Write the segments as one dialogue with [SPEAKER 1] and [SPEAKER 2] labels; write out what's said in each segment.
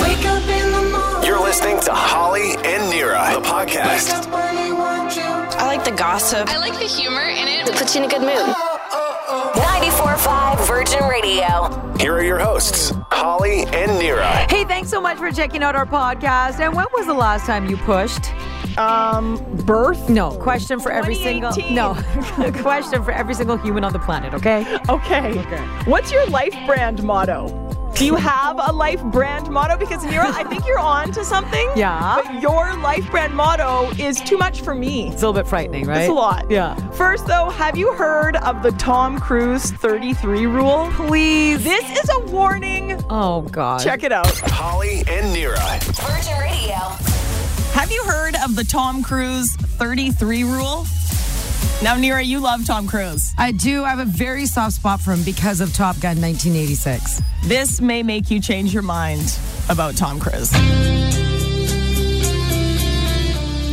[SPEAKER 1] Wake up in the morning.
[SPEAKER 2] You're listening to Holly and Nira, the
[SPEAKER 1] Wake
[SPEAKER 2] podcast.
[SPEAKER 1] up when he wants you.
[SPEAKER 3] I like the gossip.
[SPEAKER 4] I like the humor in it.
[SPEAKER 5] puts you in a good mood.
[SPEAKER 6] 94.5 Virgin Radio.
[SPEAKER 2] Here are your hosts, Holly and Nira.
[SPEAKER 7] Hey, thanks so much for checking out our podcast. And when was the last time you pushed?
[SPEAKER 8] Um, birth?
[SPEAKER 7] No, question for every single
[SPEAKER 8] 2018.
[SPEAKER 7] no question for every single human on the planet. Okay,
[SPEAKER 8] Okay. What's your life brand motto? Do you have a life brand motto? Because Nira, I think you're on to something.
[SPEAKER 7] Yeah.
[SPEAKER 8] But your life brand motto is too much for me.
[SPEAKER 7] it's a little bit frightening, right?
[SPEAKER 8] It's a lot.
[SPEAKER 7] Yeah.
[SPEAKER 8] First, though, have you heard of the Tom Cruise 33 rule?
[SPEAKER 7] Please.
[SPEAKER 8] This is a warning.
[SPEAKER 7] Oh God.
[SPEAKER 8] Check it out.
[SPEAKER 2] Holly and Nira.
[SPEAKER 6] Virgin Radio.
[SPEAKER 8] Have you heard of the Tom Cruise 33 rule? Now, Nira, you love Tom Cruise.
[SPEAKER 9] I do. I have a very soft spot for him because of Top Gun 1986.
[SPEAKER 8] This may make you change your mind about Tom Cruise.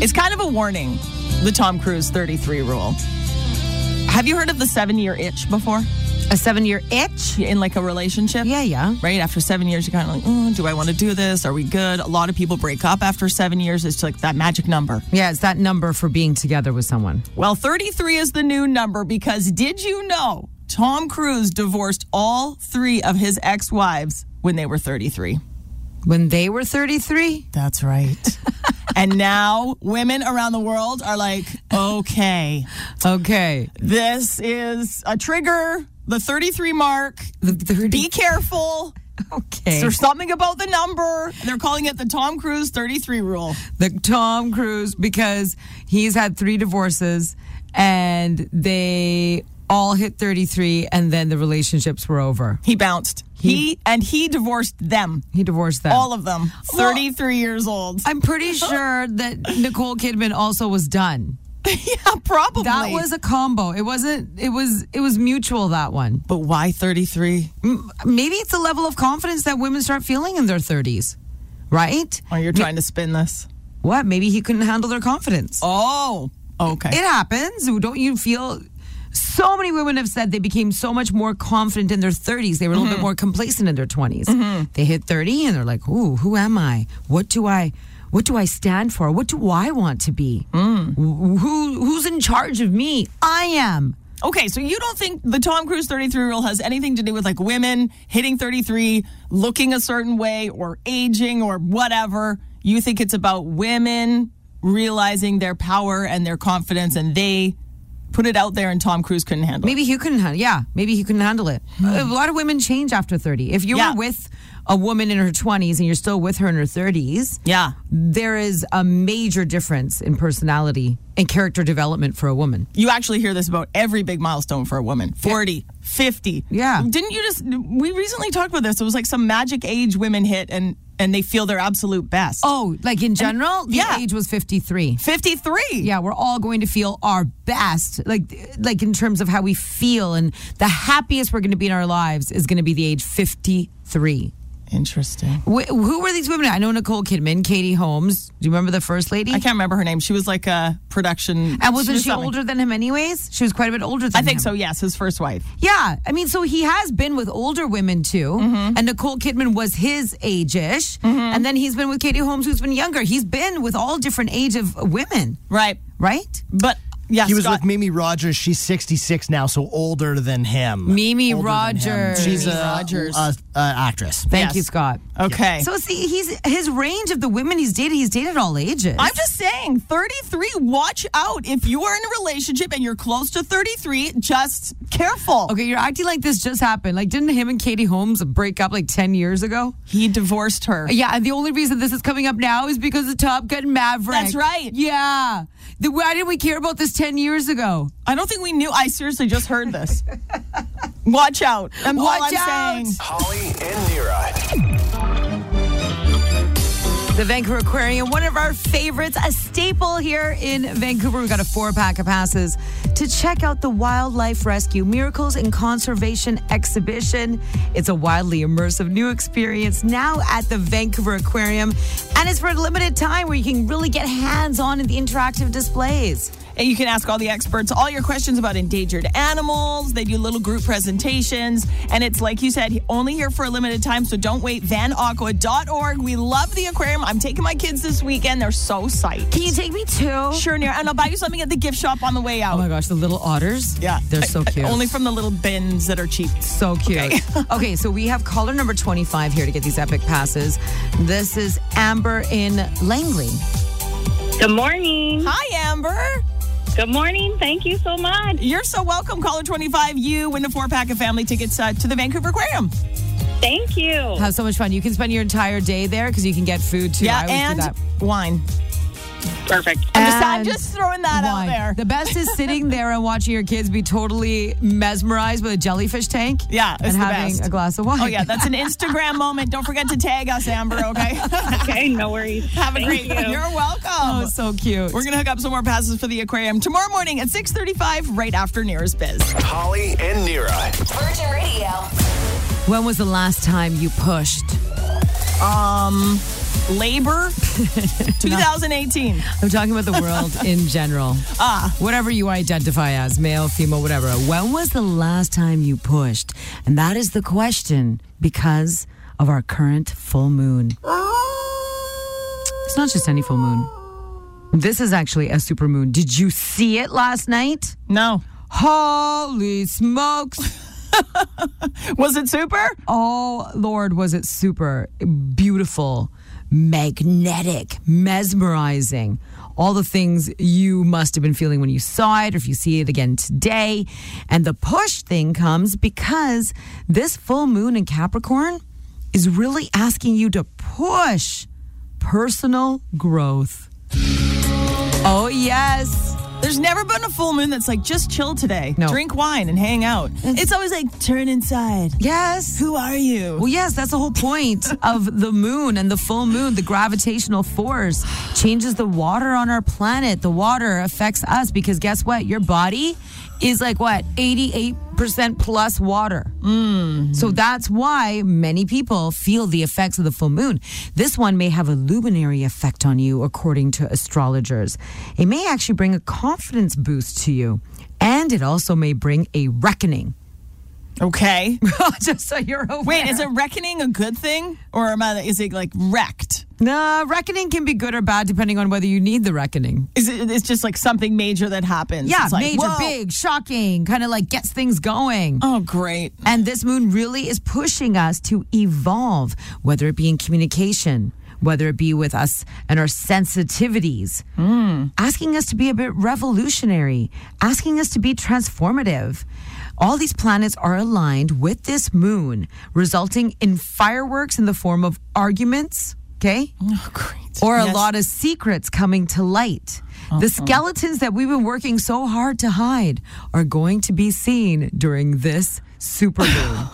[SPEAKER 8] It's kind of a warning, the Tom Cruise 33 rule. Have you heard of the seven year itch before?
[SPEAKER 9] A seven year itch?
[SPEAKER 8] In like a relationship?
[SPEAKER 9] Yeah, yeah.
[SPEAKER 8] Right after seven years, you're kind of like, mm, do I want to do this? Are we good? A lot of people break up after seven years. It's like that magic number.
[SPEAKER 9] Yeah, it's that number for being together with someone.
[SPEAKER 8] Well, 33 is the new number because did you know Tom Cruise divorced all three of his ex wives when they were 33?
[SPEAKER 9] When they were 33?
[SPEAKER 8] That's right. and now women around the world are like, okay,
[SPEAKER 9] Okay.
[SPEAKER 8] this is a trigger, the 33 mark.
[SPEAKER 9] The 30.
[SPEAKER 8] Be careful.
[SPEAKER 9] okay.
[SPEAKER 8] There's something about the number. They're calling it the Tom Cruise 33 rule.
[SPEAKER 9] The Tom Cruise, because he's had three divorces and they all hit 33 and then the relationships were over.
[SPEAKER 8] He bounced. He and he divorced them,
[SPEAKER 9] He divorced them.
[SPEAKER 8] all of them. 33 years old.
[SPEAKER 9] I'm pretty sure that Nicole Kidman also was done.
[SPEAKER 8] yeah, probably.
[SPEAKER 9] That was a combo. It wasn't it was it was mutual that one.
[SPEAKER 8] But why 33?
[SPEAKER 9] maybe it's a level of confidence that women start feeling in their 30s, right?
[SPEAKER 8] Or you're trying to spin this.
[SPEAKER 9] What? Maybe he couldn't handle their confidence.
[SPEAKER 8] Oh, okay.
[SPEAKER 9] It happens. Don't you feel? So many women have said they became so much more confident in their 30s. They were a little
[SPEAKER 8] Mm-hmm.
[SPEAKER 9] bit more complacent in their 20s. They hit 30 and they're like, "Ooh, who am I? What do I?" What do I stand for? What do I want to be?
[SPEAKER 8] Mm.
[SPEAKER 9] Wh- Who who's in charge of me? I am.
[SPEAKER 8] Okay, so you don't think the Tom Cruise 33 rule has anything to do with like women hitting 33, looking a certain way, or aging, or whatever. You think it's about women realizing their power and their confidence, and they put it out there, and Tom Cruise couldn't handle it.
[SPEAKER 9] Maybe he couldn't handle. Yeah, maybe he couldn't handle it. A lot of women change after thirty. If you
[SPEAKER 8] Hmm. Yeah.
[SPEAKER 9] were with a woman in her twenties and you're still with her in her thirties,
[SPEAKER 8] Yeah.
[SPEAKER 9] there is a major difference in personality and character development for a woman.
[SPEAKER 8] You actually hear this about every big milestone for a woman 40, 50.
[SPEAKER 9] Yeah.
[SPEAKER 8] Didn't you just, we recently talked about this. It was like some magic age women hit, and, and they feel their absolute best.
[SPEAKER 9] Oh, like in general, the
[SPEAKER 8] yeah.
[SPEAKER 9] age was fifty three.
[SPEAKER 8] 53.
[SPEAKER 9] Yeah, we're all going to feel our best, like like in terms of how we feel, and the happiest we're going to be in our lives is going to be the age fifty three.
[SPEAKER 8] Interesting.
[SPEAKER 9] Wh- who were these women? I know Nicole Kidman, Katie Holmes. Do you remember the first lady?
[SPEAKER 8] I can't remember her name. She was like a production.
[SPEAKER 9] And wasn't
[SPEAKER 8] was
[SPEAKER 9] she,
[SPEAKER 8] something.
[SPEAKER 9] older than him, anyways? She was quite a bit older than
[SPEAKER 8] I think
[SPEAKER 9] him.
[SPEAKER 8] so. Yes, his first wife.
[SPEAKER 9] Yeah. I mean, so he has been with older women too. And Nicole Kidman was his age ish. And then he's been with Katie Holmes, who's been younger. He's been with all different age of women,
[SPEAKER 8] Right,
[SPEAKER 9] right?
[SPEAKER 8] but yeah,
[SPEAKER 10] He was
[SPEAKER 8] Scott,
[SPEAKER 10] with Mimi Rogers. She's 66 now, so older than him.
[SPEAKER 9] Mimi
[SPEAKER 10] Older than him.
[SPEAKER 9] Rogers.
[SPEAKER 10] She's
[SPEAKER 9] Mimi
[SPEAKER 10] a,
[SPEAKER 8] Rogers.
[SPEAKER 10] a- a actress.
[SPEAKER 9] Thank
[SPEAKER 8] Yes.
[SPEAKER 9] you, Scott.
[SPEAKER 8] Okay,
[SPEAKER 9] So see, he's his range of the women he's dated, he's dated all ages.
[SPEAKER 8] I'm just saying, 33. Watch out if you are in a relationship and you're close to 33. Just careful.
[SPEAKER 9] Okay, you're acting like this just happened. Like, didn't him and Katie Holmes break up like 10 years ago?
[SPEAKER 8] He divorced her.
[SPEAKER 9] Yeah, and the only reason this is coming up now is because of Top Gun Maverick.
[SPEAKER 8] That's right.
[SPEAKER 9] Yeah. The, why didn't we care about this 10 years ago?
[SPEAKER 8] I don't think we knew. I seriously just heard this. Watch out. I'm, all
[SPEAKER 9] Watch
[SPEAKER 8] I'm
[SPEAKER 9] out.
[SPEAKER 8] saying.
[SPEAKER 2] Holly and Nira.
[SPEAKER 9] The Vancouver Aquarium, one of our favorites, a staple here in Vancouver. We got a four pack of passes to check out the Wildlife Rescue Miracles and Conservation Exhibition. It's a wildly immersive new experience now at the Vancouver Aquarium, and it's for a limited time where you can really get hands on in the interactive displays.
[SPEAKER 8] And you can ask all the experts all your questions about endangered animals. They do little group presentations. And it's like you said, only here for a limited time. So don't wait. VanAqua.org. We love the aquarium. I'm taking my kids this weekend. They're so psyched.
[SPEAKER 9] Can you take me too?
[SPEAKER 8] Sure, near. And I'll buy you something at the gift shop on the way out.
[SPEAKER 9] Oh my gosh, the little otters.
[SPEAKER 8] yeah.
[SPEAKER 9] They're so cute.
[SPEAKER 8] Only from the little bins that are cheap.
[SPEAKER 9] so cute.
[SPEAKER 8] Okay.
[SPEAKER 9] Okay. so we have caller number 25 here to get these epic passes. This is Amber in Langley.
[SPEAKER 3] Good morning.
[SPEAKER 8] Hi, Amber.
[SPEAKER 3] Good morning. Thank you so much.
[SPEAKER 8] You're so welcome. Caller 25, you win a four pack of family tickets uh, to the Vancouver Aquarium.
[SPEAKER 3] Thank you.
[SPEAKER 9] Have so much fun. You can spend your entire day there because you can get food too. I
[SPEAKER 8] Oh. Yeah,
[SPEAKER 9] always do
[SPEAKER 8] and
[SPEAKER 9] that.
[SPEAKER 8] wine.
[SPEAKER 3] Perfect.
[SPEAKER 8] I'm just, I'm
[SPEAKER 9] And
[SPEAKER 8] just throwing that
[SPEAKER 9] Wine.
[SPEAKER 8] out there.
[SPEAKER 9] The best is sitting there and watching your kids be totally mesmerized with a jellyfish tank.
[SPEAKER 8] Yeah, it's
[SPEAKER 9] and
[SPEAKER 8] the
[SPEAKER 9] having
[SPEAKER 8] best.
[SPEAKER 9] a glass of wine.
[SPEAKER 8] Oh, yeah, that's an Instagram moment. Don't forget to tag us, Amber, okay?
[SPEAKER 3] Okay, no worries.
[SPEAKER 8] Have a
[SPEAKER 3] Thank
[SPEAKER 8] great
[SPEAKER 3] you.
[SPEAKER 8] You're welcome.
[SPEAKER 9] oh, so cute.
[SPEAKER 8] We're going to hook up some more passes for the aquarium tomorrow morning at 6.35 right after Nearest Biz.
[SPEAKER 2] Holly and Nira.
[SPEAKER 6] Virgin Radio.
[SPEAKER 9] When was the last time you pushed?
[SPEAKER 8] Labor 2018.
[SPEAKER 9] I'm talking about the world in general. Ah. Whatever you identify as, male, female, whatever. When was the last time you pushed? And that is the question because of our current full moon. It's not just any full moon. This is actually a super moon. Did you see it last night?
[SPEAKER 8] No.
[SPEAKER 9] Holy smokes.
[SPEAKER 8] Was it super?
[SPEAKER 9] Oh, Lord, was it super beautiful, magnetic, mesmerizing. All the things you must have been feeling when you saw it, or if you see it again today. And the push thing comes because this full moon in Capricorn is really asking you to push personal growth. Oh, yes.
[SPEAKER 8] There's never been a full moon that's like, just chill today.
[SPEAKER 9] No.
[SPEAKER 8] Drink wine and hang out. It's always like, turn inside.
[SPEAKER 9] Yes.
[SPEAKER 8] Who are you?
[SPEAKER 9] Well, yes, that's the whole point of the moon and the full moon. The gravitational force changes the water on our planet. The water affects us because guess what? Your body is like what? 88% plus water.
[SPEAKER 8] Mm-hmm.
[SPEAKER 9] So that's why many people feel the effects of the full moon. This one may have a luminary effect on you, according to astrologers. It may actually bring a confidence boost to you, and it also may bring a reckoning.
[SPEAKER 8] Okay.
[SPEAKER 9] Just so you're aware.
[SPEAKER 8] Wait, is a reckoning a good thing? Or am I, is it like wrecked?
[SPEAKER 9] Nah, reckoning can be good or bad depending on whether you need the reckoning.
[SPEAKER 8] Is it, it's just like something major that happens.
[SPEAKER 9] Yeah,
[SPEAKER 8] It's like,
[SPEAKER 9] major,
[SPEAKER 8] whoa.
[SPEAKER 9] big, shocking, kind of like gets things going.
[SPEAKER 8] Oh, great.
[SPEAKER 9] And this moon really is pushing us to evolve, whether it be in communication, whether it be with us and our sensitivities,
[SPEAKER 8] Hmm.
[SPEAKER 9] asking us to be a bit revolutionary, asking us to be transformative. All these planets are aligned with this moon, resulting in fireworks in the form of arguments, okay?
[SPEAKER 8] Oh, great.
[SPEAKER 9] or a lot of secrets coming to light. The skeletons that we've been working so hard to hide are going to be seen during this supermoon.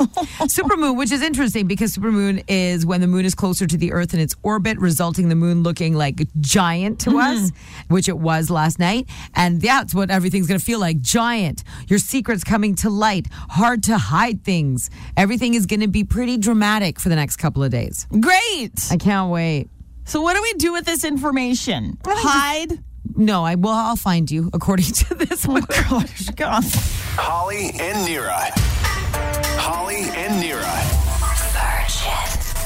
[SPEAKER 9] supermoon, which is interesting because supermoon is when the moon is closer to the earth in its orbit, resulting in the moon looking like giant to us, which it was last night. And that's what everything's going to feel like giant. Your secrets coming to light, hard to hide things. Everything is going to be pretty dramatic for the next couple of days.
[SPEAKER 8] Great.
[SPEAKER 9] I can't wait.
[SPEAKER 8] So, what do we do with this information? Hide?
[SPEAKER 9] No, I will. I'll find you according to this.
[SPEAKER 8] Oh, gosh. God.
[SPEAKER 2] Holly and Nira. Holly and Nira.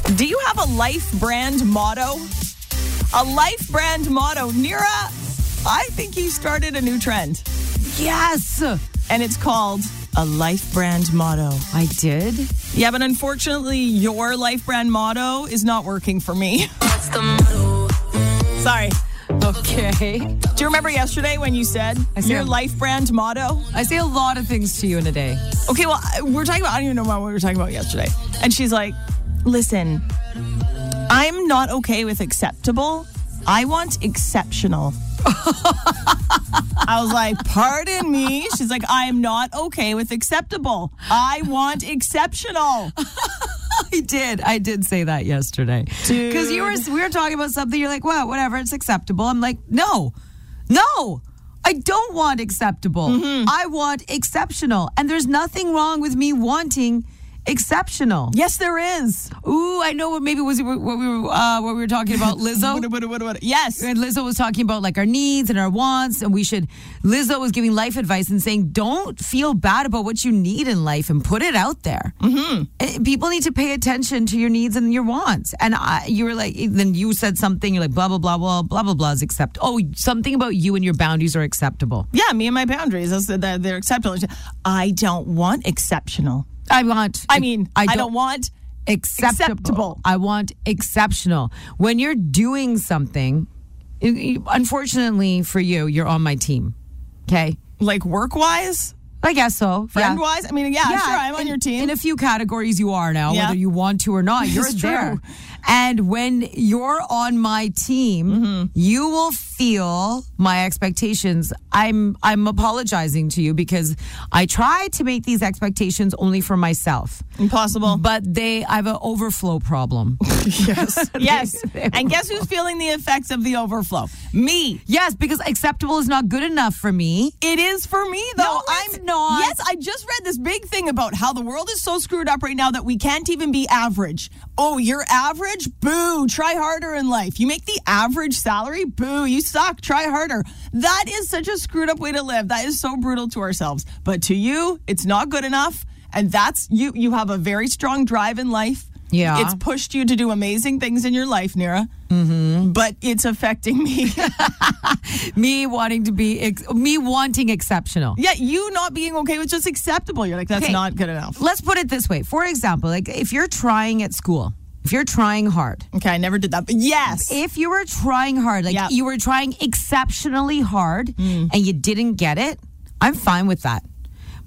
[SPEAKER 6] Virgin.
[SPEAKER 8] Do you have a life brand motto? A life brand motto. Nira, I think you started a new trend,
[SPEAKER 9] Yes,
[SPEAKER 8] and it's called a life brand motto.
[SPEAKER 9] I did.
[SPEAKER 8] Yeah, but unfortunately, your life brand motto is not working for me. Sorry.
[SPEAKER 9] Okay,
[SPEAKER 8] Do you remember yesterday when you said
[SPEAKER 9] see
[SPEAKER 8] your
[SPEAKER 9] him.
[SPEAKER 8] life brand motto?
[SPEAKER 9] I say a lot of things to you in a day.
[SPEAKER 8] Okay, well, I- we're talking about, I don't even know what we were talking about yesterday. And she's like, listen, I'm not okay with acceptable. I want exceptional. I was like, pardon me. She's like, I am not okay with acceptable. I want exceptional.
[SPEAKER 9] I did. I did say that yesterday because you were we were talking about something. You're like, well, whatever, it's acceptable. I'm like, no, no. I don't
[SPEAKER 8] Mm-hmm.
[SPEAKER 9] want acceptable. I want exceptional. And there's nothing wrong with me wanting exceptional.
[SPEAKER 8] Yes, there is.
[SPEAKER 9] Ooh, I know what maybe was what we were uh, what we were talking about Lizzo.
[SPEAKER 8] What- what- what- what- Yes.
[SPEAKER 9] And Lizzo was talking about like our needs and our wants, and we should. Lizzo was giving life advice and saying, "Don't feel bad about what you need in life and put it out there. Mm-hmm. People need to pay attention to your needs and your wants." And I, you were like, then you said something. You're like, blah blah blah blah blah blah blah is accept. Oh, something about you and your boundaries are acceptable.
[SPEAKER 8] Yeah, me and my boundaries. That's- They're, they're exceptional. I don't want exceptional.
[SPEAKER 9] I want.
[SPEAKER 8] I mean, I don't,
[SPEAKER 9] want.
[SPEAKER 8] want.
[SPEAKER 9] acceptable.
[SPEAKER 8] Acceptable.
[SPEAKER 9] I want exceptional. When you're doing something, you- you- unfortunately for you, you're on my team. Okay.
[SPEAKER 8] Like work wise,
[SPEAKER 9] I guess so.
[SPEAKER 8] friend
[SPEAKER 9] yeah.
[SPEAKER 8] wise. I mean, yeah, sure, I'm on
[SPEAKER 9] in-
[SPEAKER 8] your team.
[SPEAKER 9] In a few categories, you are now,
[SPEAKER 8] Yeah.
[SPEAKER 9] whether you want to or not. You're
[SPEAKER 8] It's true.
[SPEAKER 9] there. And when you're on my team,
[SPEAKER 8] Mm-hmm.
[SPEAKER 9] you will feel my expectations. I'm I'm apologizing to you because I try to make these expectations only for myself.
[SPEAKER 8] Impossible.
[SPEAKER 9] But they I have an overflow problem.
[SPEAKER 8] yes. yes. And guess who's feeling the effects of the overflow? Me.
[SPEAKER 9] yes, because acceptable is not good enough for me.
[SPEAKER 8] It is for me though.
[SPEAKER 9] No, it's
[SPEAKER 8] I'm
[SPEAKER 9] not.
[SPEAKER 8] Yes, I just read this big thing about how the world is so screwed up right now that we can't even be average. Oh, you're average? Boo. Try harder in life. You make the average salary? Boo. You suck. Try harder. That is such a screwed up way to live. That is so brutal to ourselves. But to you, it's not good enough. And that's you you have a very strong drive in life.
[SPEAKER 9] Yeah.
[SPEAKER 8] It's pushed you to do amazing things in your life, Nira. Mm-hmm. But it's affecting me.
[SPEAKER 9] Me wanting to be ex- me wanting exceptional.
[SPEAKER 8] yeah, you not being okay with just acceptable. You're like, that's
[SPEAKER 9] Okay.
[SPEAKER 8] not good enough.
[SPEAKER 9] Let's put it this way. For example, like if you're trying at school, if you're trying hard,
[SPEAKER 8] Okay, I never did that. But yes.
[SPEAKER 9] if you were trying hard, like
[SPEAKER 8] Yeah.
[SPEAKER 9] you were trying exceptionally hard and you didn't get it, I'm fine with that.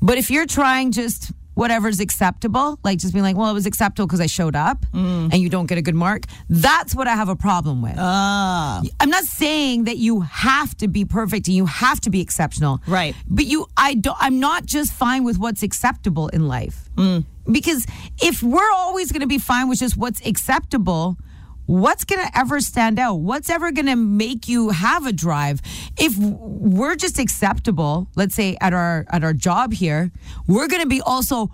[SPEAKER 9] But if you're trying just whatever's acceptable, like just being like, well, it was acceptable because I showed up and you don't get a good mark, that's what I have a problem with. I'm not saying that you have to be perfect and you have to be exceptional.
[SPEAKER 8] Right.
[SPEAKER 9] But you I don't I'm not just fine with what's acceptable in life. Because if we're always going to be fine with just what's acceptable, what's going to ever stand out? What's ever going to make you have a drive? If we're just acceptable, let's say at our at our job here, we're going to be also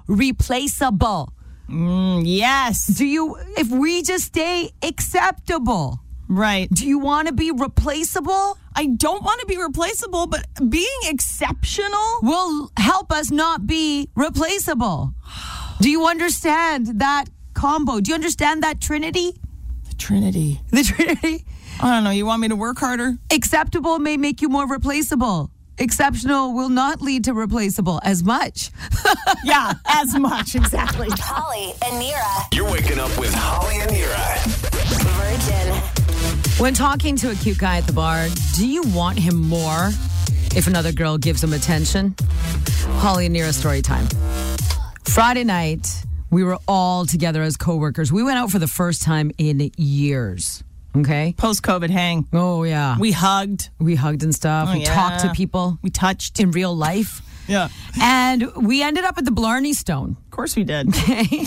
[SPEAKER 9] replaceable.
[SPEAKER 8] yes.
[SPEAKER 9] Do you if we just stay acceptable,
[SPEAKER 8] Right.
[SPEAKER 9] do you want to be replaceable?
[SPEAKER 8] I don't want to be replaceable, but being exceptional.
[SPEAKER 9] will help us not be replaceable. Do you understand that combo? Do you understand that trinity?
[SPEAKER 8] The Trinity.
[SPEAKER 9] The trinity?
[SPEAKER 8] I don't know. You want me to work harder?
[SPEAKER 9] Acceptable may make you more replaceable. Exceptional will not lead to replaceable as much.
[SPEAKER 8] Yeah, as much. Exactly.
[SPEAKER 6] Holly and Nira.
[SPEAKER 2] You're waking up with Holly and Nira.
[SPEAKER 6] Virgin.
[SPEAKER 9] When talking to a cute guy at the bar, do you want him more if another girl gives him attention? Holly and Nira story time. Friday night, we were all together as coworkers. We went out for the first time in years. Okay.
[SPEAKER 8] Post COVID hang.
[SPEAKER 9] Oh yeah.
[SPEAKER 8] We hugged.
[SPEAKER 9] we hugged and stuff.
[SPEAKER 8] Oh,
[SPEAKER 9] we talked to
[SPEAKER 8] yeah.
[SPEAKER 9] people
[SPEAKER 8] We touched.
[SPEAKER 9] in real life.
[SPEAKER 8] Yeah.
[SPEAKER 9] And we ended up at the Blarney Stone.
[SPEAKER 8] Of course we did.
[SPEAKER 9] Okay.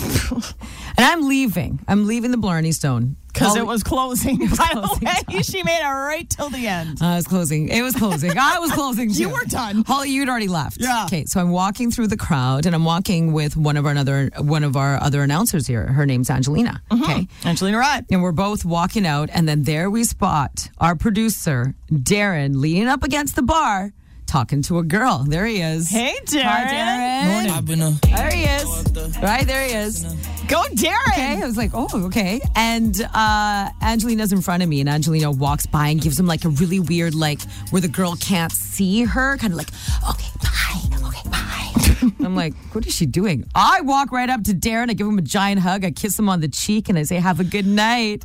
[SPEAKER 9] and I'm leaving. I'm leaving the Blarney Stone.
[SPEAKER 8] Because
[SPEAKER 9] All-
[SPEAKER 8] it was closing. by
[SPEAKER 9] closing
[SPEAKER 8] the way, she made it right till the end.
[SPEAKER 9] Uh, I was closing. It was closing. I was closing.
[SPEAKER 8] You
[SPEAKER 9] too.
[SPEAKER 8] were done.
[SPEAKER 9] Holly, you'd already left.
[SPEAKER 8] Yeah.
[SPEAKER 9] Okay, so I'm walking through the crowd, and I'm walking with one of our another one of our other announcers here. Her name's Angelina.
[SPEAKER 8] Mm-hmm.
[SPEAKER 9] Okay.
[SPEAKER 8] Angelina Rudd.
[SPEAKER 9] And we're both walking out, and then there we spot our producer, Darren, leaning up against the bar, talking to a girl. There he is.
[SPEAKER 8] Hey,
[SPEAKER 9] Hi,
[SPEAKER 8] Darren.
[SPEAKER 9] Darren. There he is. Right, there he is.
[SPEAKER 8] Go, Darren.
[SPEAKER 9] Okay, I was like, oh, okay. And uh, Angelina's in front of me, and Angelina walks by and gives him like a really weird, like, where the girl can't see her, kind of like, okay, bye, okay, bye. I'm like, what is she doing? I walk right up to Darren, I give him a giant hug, I kiss him on the cheek, and I say, have a good night.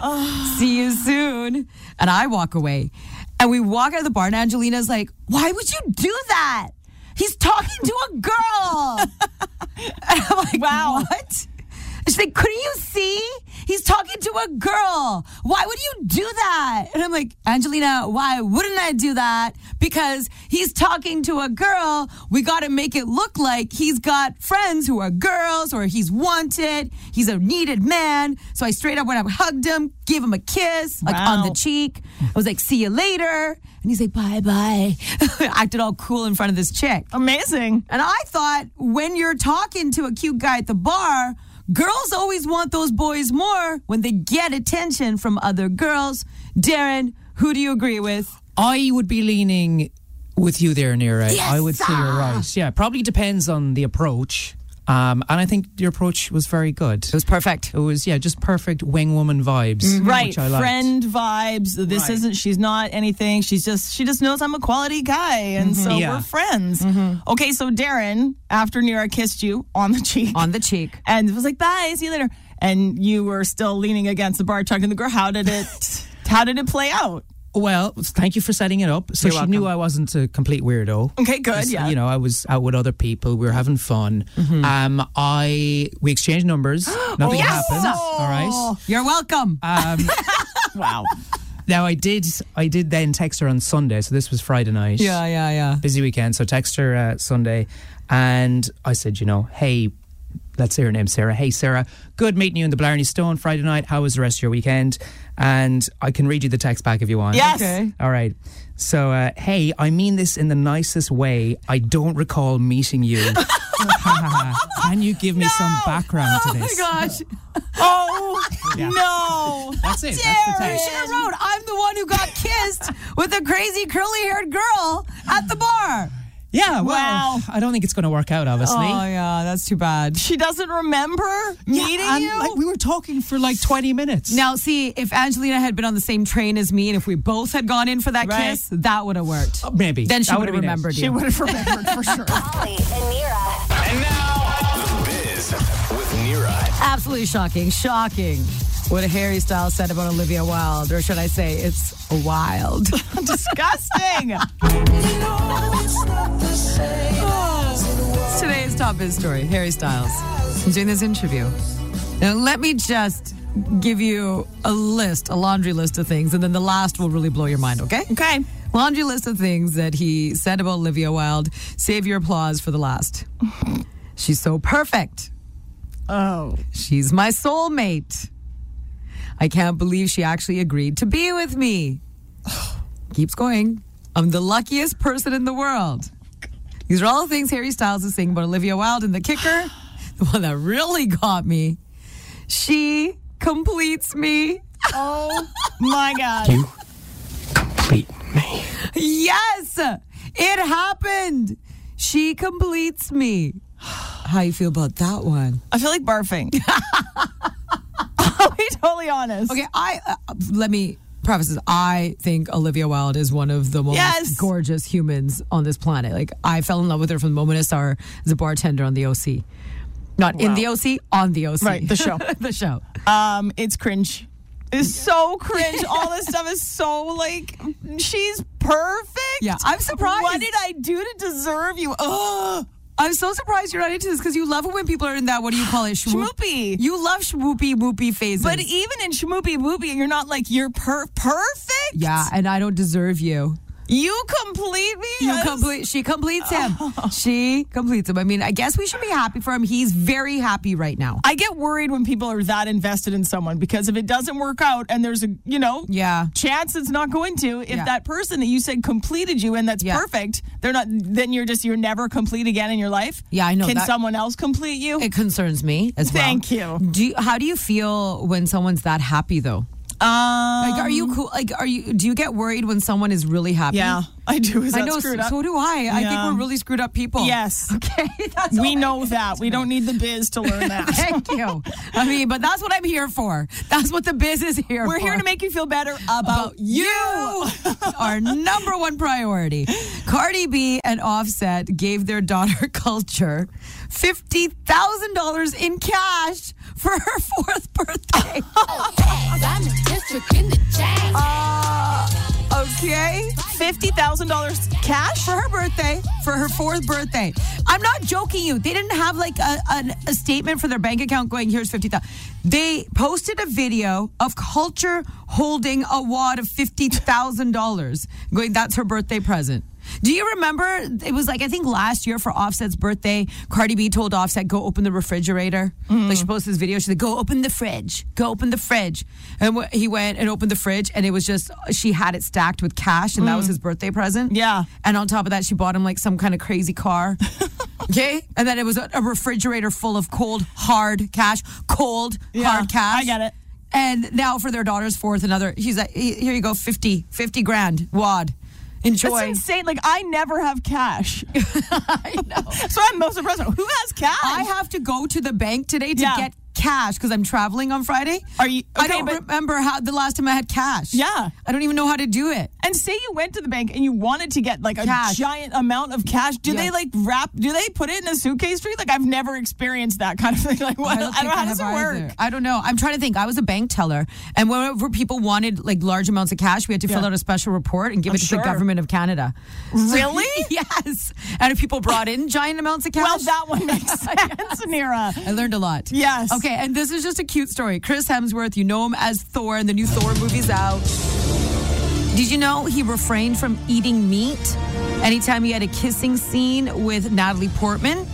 [SPEAKER 9] see you soon. And I walk away. And we walk out of the bar, and Angelina's like, why would you do that? He's talking to a girl. And I'm like, wow. What? She's like, couldn't you see? He's talking to a girl. Why would you do that? And I'm like, Angelina, why wouldn't I do that? Because he's talking to a girl. We got to make it look like he's got friends who are girls or he's wanted. He's a needed man. So I straight up went up, hugged him, gave him a kiss, like on the
[SPEAKER 8] Wow.
[SPEAKER 9] cheek. I was like, see you later. And he's like, bye bye. Acted all cool in front of this chick.
[SPEAKER 8] Amazing.
[SPEAKER 9] And I thought when you're talking to a cute guy at the bar, Girls always want those boys more when they get attention from other girls. Darren, who do you agree with?
[SPEAKER 4] I would be leaning with you there, Nira. I would say you're
[SPEAKER 8] ah.
[SPEAKER 4] right. Yeah, probably depends on the approach. Um, and I think your approach was very good. It
[SPEAKER 9] was perfect.
[SPEAKER 4] It was, yeah, just perfect wing woman vibes.
[SPEAKER 9] Mm-hmm.
[SPEAKER 8] Right,
[SPEAKER 4] Which I liked.
[SPEAKER 8] friend vibes. This
[SPEAKER 4] Right.
[SPEAKER 8] isn't. She's not anything. She's just. She just knows I'm a quality guy, and so
[SPEAKER 4] Mm-hmm. Yeah. Mm-hmm.
[SPEAKER 8] we're friends. Okay, so Darren, after Nira kissed you on the cheek,
[SPEAKER 9] On the cheek.
[SPEAKER 8] and was like, "Bye, see you later," and you were still leaning against the bar, talking to the girl. How did it? how did it play out?
[SPEAKER 4] Well, thank you for setting it up. So she knew I wasn't a complete weirdo.
[SPEAKER 8] Okay, good,
[SPEAKER 4] 'Cause,
[SPEAKER 8] yeah.
[SPEAKER 4] You know, I was out with other people. We were having fun. Um, I we exchanged numbers. Nothing happened. All right.
[SPEAKER 9] Oh, You're welcome.
[SPEAKER 8] Wow.
[SPEAKER 4] Now I did. I did then text her on Sunday. So this was Friday night.
[SPEAKER 9] yeah, yeah.
[SPEAKER 4] Busy weekend. So text her uh, Sunday, and I said, you know, hey. Let's say her name, Sarah. Hey, Sarah. Good meeting you in the Blarney Stone Friday night. How was the rest of your weekend? And I can read you the text back if you want.
[SPEAKER 8] Yes.
[SPEAKER 9] Okay.
[SPEAKER 4] All right. So, uh, hey, I mean this in the nicest way. I don't recall meeting you. Can you give me some background to this?
[SPEAKER 9] Gosh,
[SPEAKER 8] Oh no.
[SPEAKER 4] That's it. That's the
[SPEAKER 9] you
[SPEAKER 4] text.
[SPEAKER 9] should have wrote, I'm the one who got kissed with a crazy curly haired girl at the bar. Oh,
[SPEAKER 4] Yeah. Well,
[SPEAKER 8] Wow. Oh,
[SPEAKER 4] I don't think it's going to work out, obviously.
[SPEAKER 9] yeah, that's too bad.
[SPEAKER 8] She doesn't remember meeting
[SPEAKER 4] and,
[SPEAKER 8] you.
[SPEAKER 4] Like, we were talking for like 20 minutes.
[SPEAKER 9] Now, see, if Angelina had been on the same train as me and if we both had gone in for that
[SPEAKER 8] Right.
[SPEAKER 9] kiss, that would have worked.
[SPEAKER 4] Maybe.
[SPEAKER 9] Then she
[SPEAKER 4] That
[SPEAKER 9] would have
[SPEAKER 4] would've been it.
[SPEAKER 9] remembered
[SPEAKER 8] she
[SPEAKER 9] you.
[SPEAKER 8] would have remembered for sure.
[SPEAKER 6] Holly and Nira.
[SPEAKER 2] And now, The Biz with Nira.
[SPEAKER 9] Absolutely shocking. Shocking. What Harry Styles said about Olivia Wilde, or should I say, it's wild.
[SPEAKER 8] Disgusting.
[SPEAKER 9] Today's top biz story Harry Styles. I'm doing this interview. Now, let me just give you a list, a laundry list of things, and then the last will really blow your mind, okay?
[SPEAKER 8] Okay.
[SPEAKER 9] Laundry list of things that he said about Olivia Wilde. Save your applause for the last. She's so perfect.
[SPEAKER 8] Oh.
[SPEAKER 9] She's my soulmate. I can't believe she actually agreed to be with me. Keeps going. I'm the luckiest person in the world. These are all the things Harry Styles is saying about Olivia Wilde. And the kicker, the one that really got me, she completes me.
[SPEAKER 8] Oh my God.
[SPEAKER 4] Complete me.
[SPEAKER 9] Yes, it happened. She completes me. How you feel about that one?
[SPEAKER 8] I feel like barfing. I'll be totally honest.
[SPEAKER 9] Okay, I uh, let me preface this. I think Olivia Wilde is one of the most
[SPEAKER 8] Yes.
[SPEAKER 9] gorgeous humans on this planet. Like I fell in love with her from the moment I saw her as a bartender on the OC. Not in the OC, on the OC.
[SPEAKER 8] Right, the show.
[SPEAKER 9] the show.
[SPEAKER 8] Um, it's cringe. It's so cringe. All this stuff is so like she's perfect.
[SPEAKER 9] Yeah, I'm surprised.
[SPEAKER 8] What did I do to deserve you? Ugh.
[SPEAKER 9] I'm so surprised you're not into this because you love it when people are in that. What do you call it? Schmoop-
[SPEAKER 8] Schmoopy.
[SPEAKER 9] You love schmoopy whoopy phases.
[SPEAKER 8] But even in Shmoopy Boopy, you're not like you're per- perfect.
[SPEAKER 9] yeah, and I don't deserve you.
[SPEAKER 8] You complete me.
[SPEAKER 9] You
[SPEAKER 8] as-
[SPEAKER 9] complete. She completes him. She completes him. I mean, I guess we should be happy for him. He's very happy right now.
[SPEAKER 8] I get worried when people are that invested in someone because if it doesn't work out and there's a you know
[SPEAKER 9] Yeah.
[SPEAKER 8] chance it's not going to if
[SPEAKER 9] Yeah.
[SPEAKER 8] that person that you said completed you and that's
[SPEAKER 9] Yeah.
[SPEAKER 8] perfect they're not then you're just you're never complete again in your life
[SPEAKER 9] Yeah, I know
[SPEAKER 8] can
[SPEAKER 9] that-
[SPEAKER 8] someone else complete you
[SPEAKER 9] It concerns me as well.
[SPEAKER 8] Thank you.
[SPEAKER 9] Do you, how do you feel when someone's that happy though?
[SPEAKER 8] um
[SPEAKER 9] Like, are you cool? Like, are you? Do you get worried when someone is really happy?
[SPEAKER 8] yeah I do is
[SPEAKER 9] I
[SPEAKER 8] that
[SPEAKER 9] know.
[SPEAKER 8] screwed
[SPEAKER 9] so,
[SPEAKER 8] up?
[SPEAKER 9] so do I. I think
[SPEAKER 8] Yeah.
[SPEAKER 9] we're really screwed up people.
[SPEAKER 8] yes
[SPEAKER 9] Okay. That's all I
[SPEAKER 8] we know
[SPEAKER 9] can
[SPEAKER 8] that we don't need the biz to learn that
[SPEAKER 9] Thank you. I mean, but that's what I'm here for. That's what the biz is here
[SPEAKER 8] we're
[SPEAKER 9] for.
[SPEAKER 8] here to make you feel better
[SPEAKER 9] about
[SPEAKER 8] about
[SPEAKER 9] you. Our number one priority. Cardi B and Offset gave their daughter Culture $50,000 in cash for her fourth birthday. Uh, okay.
[SPEAKER 8] fifty thousand dollars
[SPEAKER 9] Cash for her birthday, for her fourth birthday. I'm not joking you. They didn't have like a, an, a statement for their bank account going, here's 50,000. They posted a video of Culture holding a wad of $50,000 going, that's her birthday present. Do you remember? It was like, I think last year for Offset's birthday, Cardi B told Offset, go open the refrigerator. Like she
[SPEAKER 8] Mm.
[SPEAKER 9] posted this video. She said, go open the fridge. Go open the fridge. And wh- he went and opened the fridge, and it was just, she had it stacked with cash, and that was his birthday present.
[SPEAKER 8] Mm. Yeah.
[SPEAKER 9] And on top of that, she bought him like some kind of crazy car. Okay, and then it was a, a refrigerator full of cold hard cash, cold
[SPEAKER 8] Yeah,
[SPEAKER 9] hard cash.
[SPEAKER 8] I get it.
[SPEAKER 9] And now for their daughter's fourth, another. He's like, "He- here you go, 50, 50 grand wad. Enjoy.
[SPEAKER 8] That's insane. Like I never have cash. So I'm most impressed. Who has cash?
[SPEAKER 9] I have to go to the bank today to
[SPEAKER 8] Yeah.
[SPEAKER 9] get cash because I'm traveling on Friday.
[SPEAKER 8] Are you-
[SPEAKER 9] I
[SPEAKER 8] okay,
[SPEAKER 9] don't
[SPEAKER 8] but-
[SPEAKER 9] remember how the last time I had cash.
[SPEAKER 8] Yeah.
[SPEAKER 9] I don't even know how to do it.
[SPEAKER 8] and say you went to the bank and you wanted to get like a
[SPEAKER 9] Cash.
[SPEAKER 8] giant amount of cash. Do
[SPEAKER 9] Yeah.
[SPEAKER 8] they like wrap? Do they put it in a suitcase for you? Like I've never experienced that kind of thing. Like what? I don't,
[SPEAKER 9] think
[SPEAKER 8] know how does it
[SPEAKER 9] have
[SPEAKER 8] work.
[SPEAKER 9] either. I don't know. I'm trying to think. I was a bank teller, and whenever people wanted like large amounts of cash, we had to fill
[SPEAKER 8] Yeah.
[SPEAKER 9] out a special report and give it to
[SPEAKER 8] sure.
[SPEAKER 9] the government of Canada.
[SPEAKER 8] Really?
[SPEAKER 9] yes. And if people brought in giant amounts of cash,
[SPEAKER 8] Well, that one makes sense, Nira.
[SPEAKER 9] I learned a lot.
[SPEAKER 8] Yes.
[SPEAKER 9] Okay, and this is just a cute story. Chris Hemsworth, you know him as Thor, and the new Thor movie's out. Did you know he refrained from eating meat anytime he had a kissing scene with Natalie Portman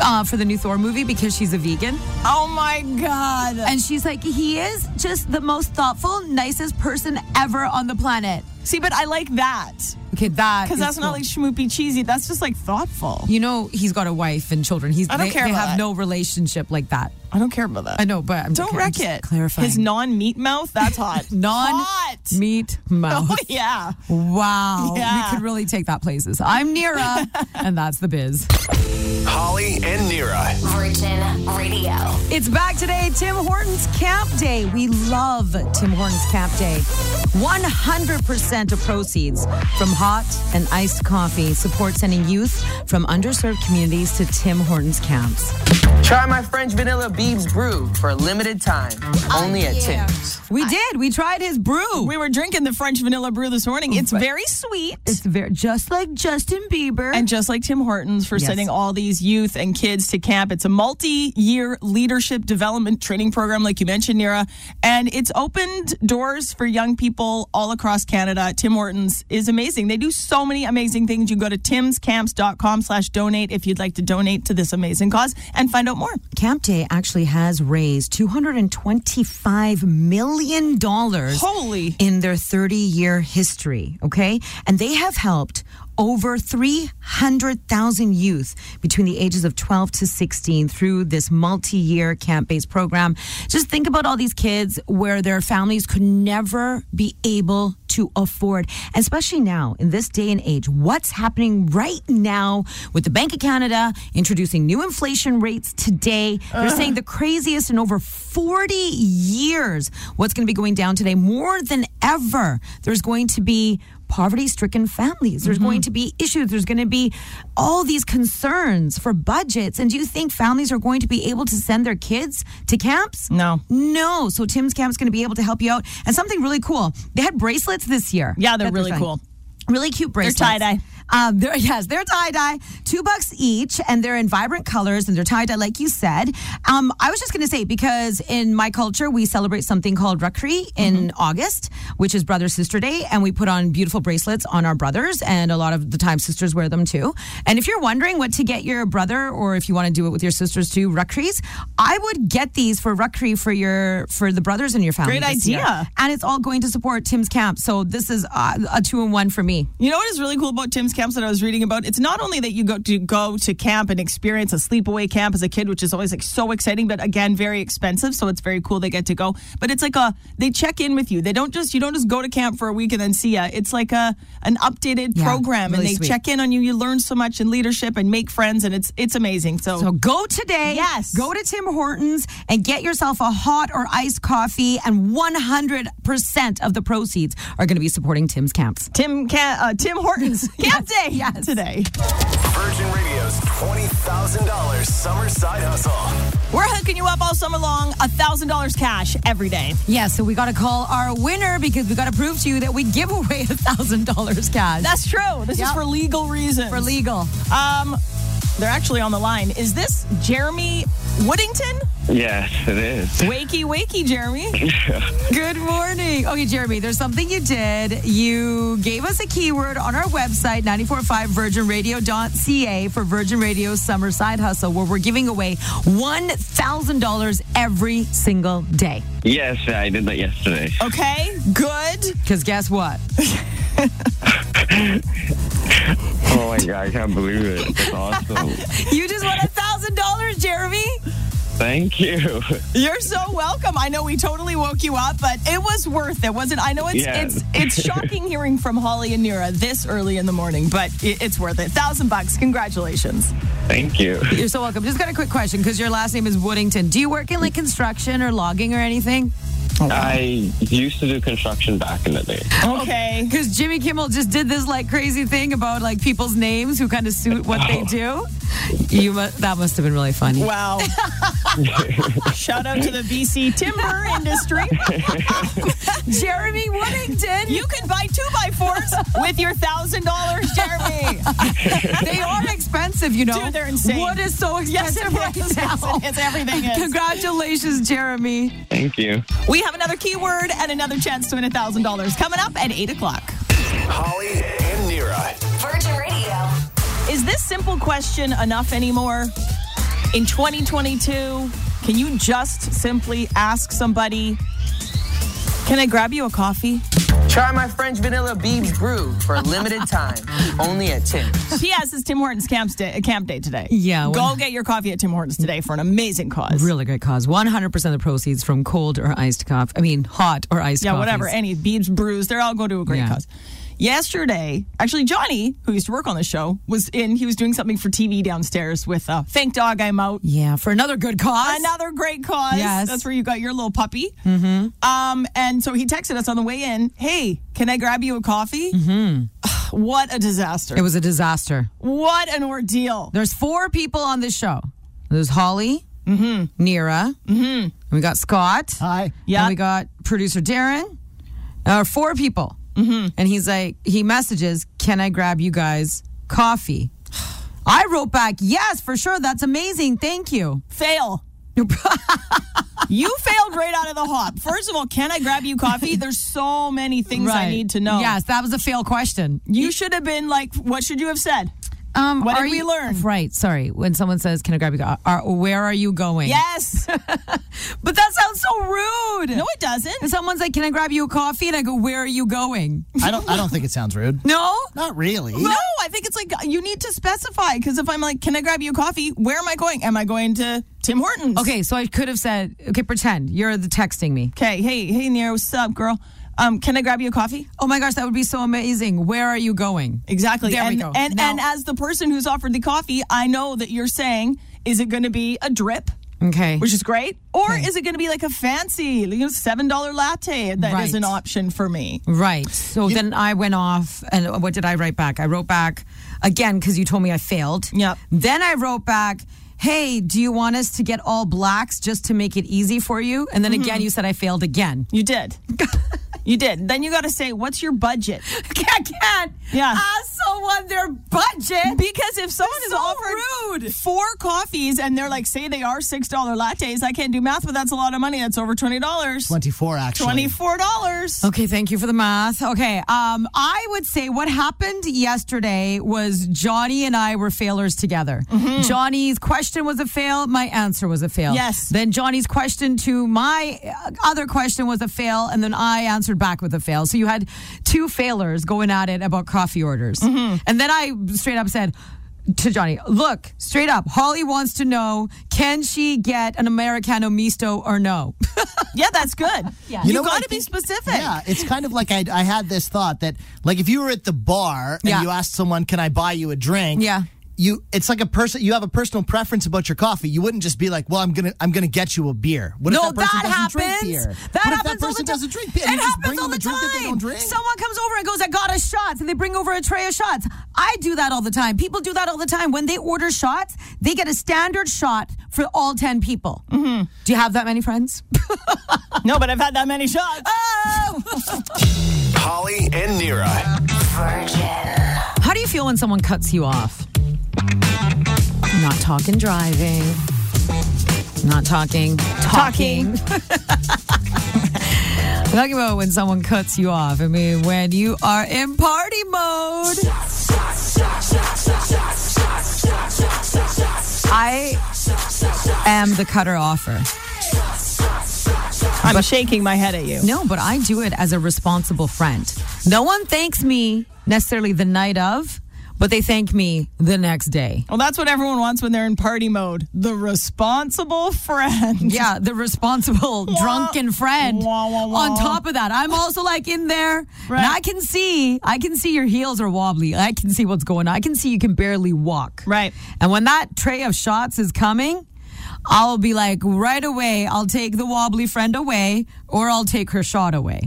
[SPEAKER 9] uh, for the new Thor movie because she's a vegan?
[SPEAKER 8] Oh my god.
[SPEAKER 9] And she's like, he is just the most thoughtful, nicest person ever on the planet.
[SPEAKER 8] See, but I like that
[SPEAKER 9] Okay, that
[SPEAKER 8] because
[SPEAKER 9] is
[SPEAKER 8] that's not
[SPEAKER 9] cool.
[SPEAKER 8] like schmoopy cheesy. That's just like thoughtful.
[SPEAKER 9] you know he's got a wife and children. He's
[SPEAKER 8] I don't
[SPEAKER 9] they,
[SPEAKER 8] care
[SPEAKER 9] they
[SPEAKER 8] about
[SPEAKER 9] have
[SPEAKER 8] that.
[SPEAKER 9] no relationship like that.
[SPEAKER 8] I don't care about that.
[SPEAKER 9] I know, but I'm
[SPEAKER 8] Don't
[SPEAKER 9] okay, I'm
[SPEAKER 8] wreck
[SPEAKER 9] just
[SPEAKER 8] it.
[SPEAKER 9] Clarifying
[SPEAKER 8] His non-meat mouth. That's hot.
[SPEAKER 9] non
[SPEAKER 8] hot.
[SPEAKER 9] meat mouth.
[SPEAKER 8] Oh yeah.
[SPEAKER 9] Wow,
[SPEAKER 8] Yeah.
[SPEAKER 9] we could really take that places. I'm Nira, and that's the biz.
[SPEAKER 2] Holly and Nira.
[SPEAKER 6] Virgin Radio.
[SPEAKER 9] It's back today, Tim Hortons Camp Day. We love Tim Hortons Camp Day. 100% of proceeds from hot and iced coffee support sending youth from underserved communities to Tim Hortons camps.
[SPEAKER 5] Try my French vanilla Biebs brew for a limited time, only at
[SPEAKER 9] yeah.
[SPEAKER 5] Tim's.
[SPEAKER 9] We did. We tried his brew.
[SPEAKER 8] Oh, We were drinking the French vanilla brew this morning. It's very sweet.
[SPEAKER 9] It's very, just like Justin Bieber.
[SPEAKER 8] And just like Tim Hortons for
[SPEAKER 9] Yes.
[SPEAKER 8] sending all these youth and kids to camp, it's a multi year leadership development training program, like you mentioned, Nira. And it's opened doors for young people all across Canada. Tim Hortons is amazing. They do so many amazing things. You can go to timscamps.com slash donate if you'd like to donate to this amazing cause and find out more.
[SPEAKER 9] Camp Day actually has raised $225 million
[SPEAKER 8] Holy.
[SPEAKER 9] in their 30 year history, okay? And they have helped over 300,000 youth between the ages of 12 to 16 through this multi year camp based program. Just think about all these kids where their families could never be able to afford, especially now in this day and age. What's happening right now with the Bank of Canada introducing new inflation rates today? They're saying the craziest in over 40 years. What's going to be going down today? More than ever, there's going to be poverty stricken families. There's going to be issues. There's going to be all these concerns for budgets. And do you think families are going to be able to send their kids to camps?
[SPEAKER 8] No.
[SPEAKER 9] No. So Tim's Camp is going to be able to help you out. And something really cool they had bracelets this year.
[SPEAKER 8] Yeah, they're
[SPEAKER 9] that
[SPEAKER 8] really
[SPEAKER 9] selling.
[SPEAKER 8] cool.
[SPEAKER 9] Really cute bracelets.
[SPEAKER 8] tie-dye.
[SPEAKER 9] Um, they're, yes, they're tie dye. Two bucks each, and they're in vibrant colors, and they're tie dye, like you said. Um, I was just going to say because in my culture we celebrate something called Rakri in August, which is Brother Sister Day, and we put on beautiful bracelets on our brothers, and a lot of the time sisters wear them too. And if you're wondering what to get your brother, or if you want to do it with your sisters too, Rakris, I would get these for Rakri for your for the brothers in your family.
[SPEAKER 8] Great
[SPEAKER 9] this year.
[SPEAKER 8] idea.
[SPEAKER 9] and it's all going to support Tim's camp. So this is uh, a two in one for me.
[SPEAKER 8] You know what is really cool about Tim's camps that I was reading about? It's not only that you go to go to camp and experience a sleepaway camp as a kid, which is always like so exciting, but again very expensive. So it's very cool they get to go. But it's like a they check in with you. They don't just you don't just go to camp for a week and then see ya. It's like a an updated
[SPEAKER 9] Yeah,
[SPEAKER 8] program,
[SPEAKER 9] really
[SPEAKER 8] and they
[SPEAKER 9] sweet.
[SPEAKER 8] check in on you. You learn so much in leadership and make friends, and it's it's amazing. So,
[SPEAKER 9] So go today.
[SPEAKER 8] Yes.
[SPEAKER 9] Go to Tim Hortons and get yourself a hot or iced coffee. And 100% of the proceeds are going to be supporting Tim's camps.
[SPEAKER 8] Tim Ca- uh, Tim Hortons camp day
[SPEAKER 9] yes.
[SPEAKER 8] today.
[SPEAKER 2] Virgin Radio's $20,000 summer side hustle.
[SPEAKER 8] We're hooking you up all summer long, a thousand dollars cash every day.
[SPEAKER 9] Yeah, so we got to call our winner because we got to prove to you that we give away $1,000 cash.
[SPEAKER 8] That's true. This is
[SPEAKER 9] Yep.
[SPEAKER 8] for legal reasons.
[SPEAKER 9] for legal.
[SPEAKER 8] Um, they're actually on the line. Is this Jeremy Woodington?
[SPEAKER 11] Yes, it is.
[SPEAKER 8] Wakey, wakey, Jeremy.
[SPEAKER 9] Good morning. Okay, Jeremy, there's something you did. You gave us a keyword on our website, 945virginradio.ca, for Virgin Radio Summer Side Hustle, where we're giving away $1,000 every single day.
[SPEAKER 11] Yes, I did that yesterday.
[SPEAKER 8] Okay, good.
[SPEAKER 9] Because guess what?
[SPEAKER 11] Oh my god, I can't believe it. That's awesome.
[SPEAKER 9] You just won a thousand dollars, Jeremy.
[SPEAKER 11] Thank you.
[SPEAKER 8] You're so welcome. I know we totally woke you up, but it was worth it, wasn't? I know it's
[SPEAKER 11] Yeah.
[SPEAKER 8] it's it's shocking hearing from Holly and Nira this early in the morning, but it, it's worth it. Thousand bucks. Congratulations.
[SPEAKER 11] Thank you.
[SPEAKER 9] You're so welcome. Just got a quick question because your last name is Woodington. Do you work in like construction or logging or anything?
[SPEAKER 11] I used to do construction back in the day.
[SPEAKER 8] Okay.
[SPEAKER 9] Because Jimmy Kimmel just did this like crazy thing about like people's names who kind of suit what they do. You mu- that must have been really funny.
[SPEAKER 8] Wow. Shout out to the BC timber industry.
[SPEAKER 9] Jeremy Woodington.
[SPEAKER 8] You can buy two by fours with your thousand dollars, Jeremy.
[SPEAKER 9] they are expensive, you know.
[SPEAKER 8] Dude, they're insane.
[SPEAKER 9] Wood is so
[SPEAKER 8] Yes,
[SPEAKER 9] expensive
[SPEAKER 8] it is.
[SPEAKER 9] right now.
[SPEAKER 8] It's everything is.
[SPEAKER 9] Congratulations, Jeremy.
[SPEAKER 11] Thank you.
[SPEAKER 8] We have another keyword and another chance to win thousand dollars coming up at eight o'clock.
[SPEAKER 2] Holly and Nira.
[SPEAKER 6] Virgin Radio.
[SPEAKER 8] Is this simple question enough anymore? In 2022, can you just simply ask somebody, Can I grab you a coffee?
[SPEAKER 5] Try my French Vanilla Beebs Brew for a limited time, only at Tim's.
[SPEAKER 8] P.S. It's Tim Hortons camp day, camp day today.
[SPEAKER 9] Yeah,
[SPEAKER 8] Go
[SPEAKER 9] well-
[SPEAKER 8] get your coffee at Tim Hortons today for an amazing cause.
[SPEAKER 9] Really great cause. 100% of the proceeds from cold or iced coffee. I mean, hot or iced
[SPEAKER 8] Yeah,
[SPEAKER 9] coffee.
[SPEAKER 8] whatever. Any beads, brews, they all go to a great
[SPEAKER 9] Yeah.
[SPEAKER 8] cause. Yesterday, actually, Johnny, who used to work on the show, was in. He was doing something for TV downstairs with uh, "Thank Dog I'm Out."
[SPEAKER 9] Yeah, for another good cause.
[SPEAKER 8] Another great cause.
[SPEAKER 9] Yes.
[SPEAKER 8] that's where you got your little puppy. Mm-hmm. Um, and so he texted us on the way in. Hey, can I grab you a coffee? Mm-hmm. what a disaster!
[SPEAKER 9] It was a disaster.
[SPEAKER 8] what an ordeal.
[SPEAKER 9] There's four people on this show. There's Holly, Nira, and we got Scott,
[SPEAKER 10] Hi.
[SPEAKER 8] Mm-hmm. Uh, Yeah.
[SPEAKER 9] and we got producer Darren. Or four people,
[SPEAKER 8] Mm-hmm.
[SPEAKER 9] and he's like, he messages, "Can I grab you guys coffee?" I wrote back, "Yes, for sure. That's amazing. Thank you."
[SPEAKER 8] Fail. you failed right out of the hop. First of all, can I grab you coffee? There's so many things I need to know.
[SPEAKER 9] Yes, that was a fail question.
[SPEAKER 8] You should have been like, what should you have said?
[SPEAKER 9] Um,
[SPEAKER 8] What did
[SPEAKER 9] are
[SPEAKER 8] we
[SPEAKER 9] you-
[SPEAKER 8] learn?
[SPEAKER 9] Right. Sorry. When someone says, "Can I grab you?" co- Are, where are you going?
[SPEAKER 8] Yes.
[SPEAKER 9] But that sounds so rude.
[SPEAKER 8] No, it doesn't.
[SPEAKER 9] And someone's like, "Can I grab you a coffee?" And I go, "Where are you going?"
[SPEAKER 10] I don't. I don't think it sounds rude.
[SPEAKER 9] No.
[SPEAKER 10] Not really.
[SPEAKER 8] No, I think it's like you need to specify because if I'm like, can I grab you a coffee? Where am I going? Am I going to Tim Hortons?
[SPEAKER 9] Okay, so I could have said, "Okay, pretend you're the texting me."
[SPEAKER 8] Okay. Hey, hey, Nero, what's up, girl? Um, can I grab you a coffee?
[SPEAKER 9] Oh my gosh, that would be so amazing. Where are you going?
[SPEAKER 8] Exactly.
[SPEAKER 9] There we
[SPEAKER 8] and
[SPEAKER 9] go.
[SPEAKER 8] and,
[SPEAKER 9] Now-
[SPEAKER 8] and as the person who's offered the coffee, I know that you're saying, is it going to be a drip?
[SPEAKER 9] Okay.
[SPEAKER 8] Which is great, or is it going to be like a fancy, you know, seven dollar latte? That is
[SPEAKER 9] Right.
[SPEAKER 8] an option for me.
[SPEAKER 9] Right. So then I went off, and what did I write back? I wrote back again because you told me I failed.
[SPEAKER 8] Yep.
[SPEAKER 9] Then I wrote back, "Hey, do you want us to get all blacks just to make it easy for you?" And then again, you said I failed again.
[SPEAKER 8] You did, you did. Then you got to say, what's your budget?
[SPEAKER 9] I can't
[SPEAKER 8] Yeah.
[SPEAKER 9] ask someone their budget
[SPEAKER 8] Because if someone is
[SPEAKER 9] so
[SPEAKER 8] offered
[SPEAKER 9] rude.
[SPEAKER 8] four coffees and they're like, say they are six dollar lattes, I can't do math, but that's a lot of money. That's over twenty dollars.
[SPEAKER 10] Twenty-four actually.
[SPEAKER 8] Twenty four dollars.
[SPEAKER 9] Okay, thank you for the math. Okay, um, I would say what happened yesterday was Johnny and I were failures together.
[SPEAKER 8] Mm-hmm.
[SPEAKER 9] Johnny's question was a fail, my answer was a fail.
[SPEAKER 8] Yes.
[SPEAKER 9] Then Johnny's question to my uh, other question was a fail, and then I answered back with a fail. So you had two failers going at it about coffee orders.
[SPEAKER 8] Mm-hmm.
[SPEAKER 9] And then I straight up said, to Johnny, look, straight up, Holly wants to know can she get an Americano misto or no?
[SPEAKER 8] Yeah, that's good. Yeah. You,
[SPEAKER 10] know what
[SPEAKER 8] got
[SPEAKER 10] I
[SPEAKER 8] to be
[SPEAKER 10] think-
[SPEAKER 8] specific.
[SPEAKER 10] Yeah, it's kind of like I, I had this thought that, like, if you were at the bar and
[SPEAKER 9] Yeah.
[SPEAKER 10] you asked someone, "Can I buy you a drink?"
[SPEAKER 9] Yeah.
[SPEAKER 10] you it's like a person you have a personal preference about your coffee. You wouldn't just be like, "Well, I'm gonna I'm gonna get you a beer." What
[SPEAKER 9] no,
[SPEAKER 10] if that person doesn't
[SPEAKER 9] happens.
[SPEAKER 10] drink beer?
[SPEAKER 9] That
[SPEAKER 10] what if
[SPEAKER 9] happens
[SPEAKER 10] that person
[SPEAKER 9] all the time.
[SPEAKER 10] doesn't drink beer?
[SPEAKER 9] It
[SPEAKER 10] And you just
[SPEAKER 9] happens
[SPEAKER 10] bring
[SPEAKER 9] all
[SPEAKER 10] them
[SPEAKER 9] the
[SPEAKER 10] a drink
[SPEAKER 9] time.
[SPEAKER 10] that they don't drink.
[SPEAKER 9] Someone comes over and goes, "I got a shots," and they bring over a tray of shots. I do that all the time. People do that all the time. When they order shots, they get a standard shot for all ten people.
[SPEAKER 10] Mm-hmm.
[SPEAKER 9] Do you have that many friends?
[SPEAKER 8] No, but I've had that many shots.
[SPEAKER 10] Oh!
[SPEAKER 2] Holly and Nira.
[SPEAKER 6] Virgin.
[SPEAKER 9] How do you feel when someone cuts you off? Not talking, driving. Not talking, talking. We're talking about when someone cuts you off. I mean, when you are in party mode. I am the cutter offer.
[SPEAKER 8] I'm shaking my head at you.
[SPEAKER 9] No, but I do it as a responsible friend. No one thanks me necessarily the night of, but they thank me the next day.
[SPEAKER 8] Well, that's what everyone wants when they're in party mode. The responsible friend.
[SPEAKER 9] Yeah, the responsible drunken friend.
[SPEAKER 8] Wah, wah, wah.
[SPEAKER 9] On top of that, I'm also like in there,
[SPEAKER 8] Right.
[SPEAKER 9] and I can see, I can see your heels are wobbly. I can see what's going on. I can see you can barely walk.
[SPEAKER 8] Right.
[SPEAKER 9] And when that tray of shots is coming, I'll be like right away. I'll take the wobbly friend away, or I'll take her shot away.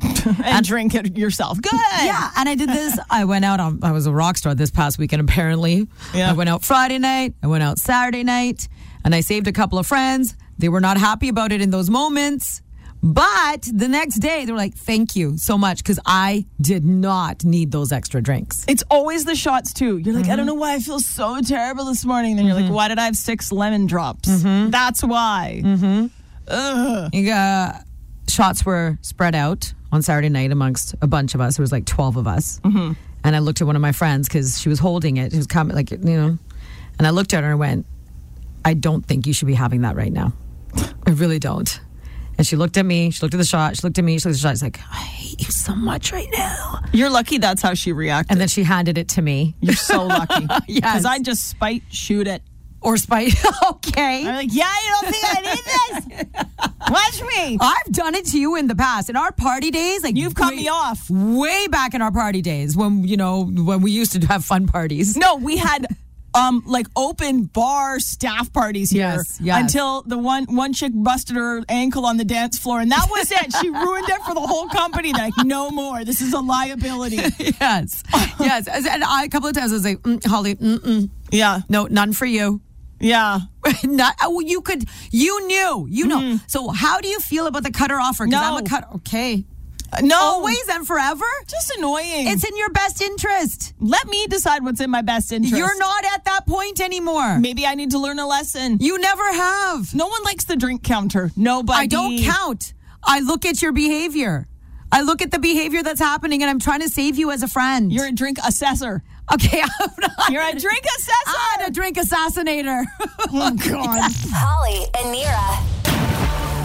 [SPEAKER 8] And, drink it yourself. Good.
[SPEAKER 9] Yeah, and I did this. I went out on. I was a rock star this past weekend. Apparently,
[SPEAKER 8] Yeah.
[SPEAKER 9] I went out Friday night. I went out Saturday night, and I saved a couple of friends. They were not happy about it in those moments, but the next day they were like, "Thank you so much," because I did not need those extra drinks.
[SPEAKER 8] It's always the shots too. You're like, I don't know why I feel so terrible this morning. Then you're like, why did I have six lemon drops? That's why.
[SPEAKER 9] uh, shots were spread out on Saturday night amongst a bunch of us. There was like 12 of us.
[SPEAKER 8] Mm-hmm.
[SPEAKER 9] And I looked at one of my friends because she was holding it. She was coming, like, you know. And I looked at her and went, I don't think you should be having that right now. I really don't. And she looked at me. She looked at the shot. She looked at me. She looked at the shot. She's like, I hate you so much right now.
[SPEAKER 8] You're lucky that's how she reacted.
[SPEAKER 9] And then she handed it to me.
[SPEAKER 8] you're so lucky.
[SPEAKER 9] Yes.
[SPEAKER 8] Because I just spite shoot it.
[SPEAKER 9] Or spite. okay.
[SPEAKER 8] I'm like, yeah, you don't think I need this? Watch me.
[SPEAKER 9] I've done it to you in the past. In our party days, like
[SPEAKER 8] You've cut
[SPEAKER 9] way-
[SPEAKER 8] me off.
[SPEAKER 9] Way back in our party days when, you know, when we used to have fun parties.
[SPEAKER 8] No, we had um like open bar staff parties here
[SPEAKER 9] Yes, yes.
[SPEAKER 8] until the one one chick busted her ankle on the dance floor and that was it. she ruined it for the whole company. They're like, no more. This is a liability.
[SPEAKER 9] Yes. yes. As- And I, a couple of times I was like, mm, Holly, mm-mm.
[SPEAKER 8] yeah.
[SPEAKER 9] no, none for you.
[SPEAKER 8] Yeah.
[SPEAKER 9] Not, oh, you could, you knew, you know. So how do you feel about the cutter offer? Because I'm a
[SPEAKER 8] Mm-hmm. No.
[SPEAKER 9] cut. Okay.
[SPEAKER 8] No.
[SPEAKER 9] Always and forever?
[SPEAKER 8] Just annoying.
[SPEAKER 9] It's in your best interest.
[SPEAKER 8] Let me decide what's in my best interest.
[SPEAKER 9] You're not at that point anymore.
[SPEAKER 8] Maybe I need to learn a lesson.
[SPEAKER 9] You never have.
[SPEAKER 8] No one likes the drink counter. Nobody.
[SPEAKER 9] I don't count. I look at your behavior. I look at the behavior that's happening and I'm trying to save you as a friend.
[SPEAKER 8] You're a drink assessor.
[SPEAKER 9] okay, I'm not.
[SPEAKER 8] You're a drink assessor.
[SPEAKER 9] I'm a drink assassinator.
[SPEAKER 8] Oh, God.
[SPEAKER 6] Holly and Nira.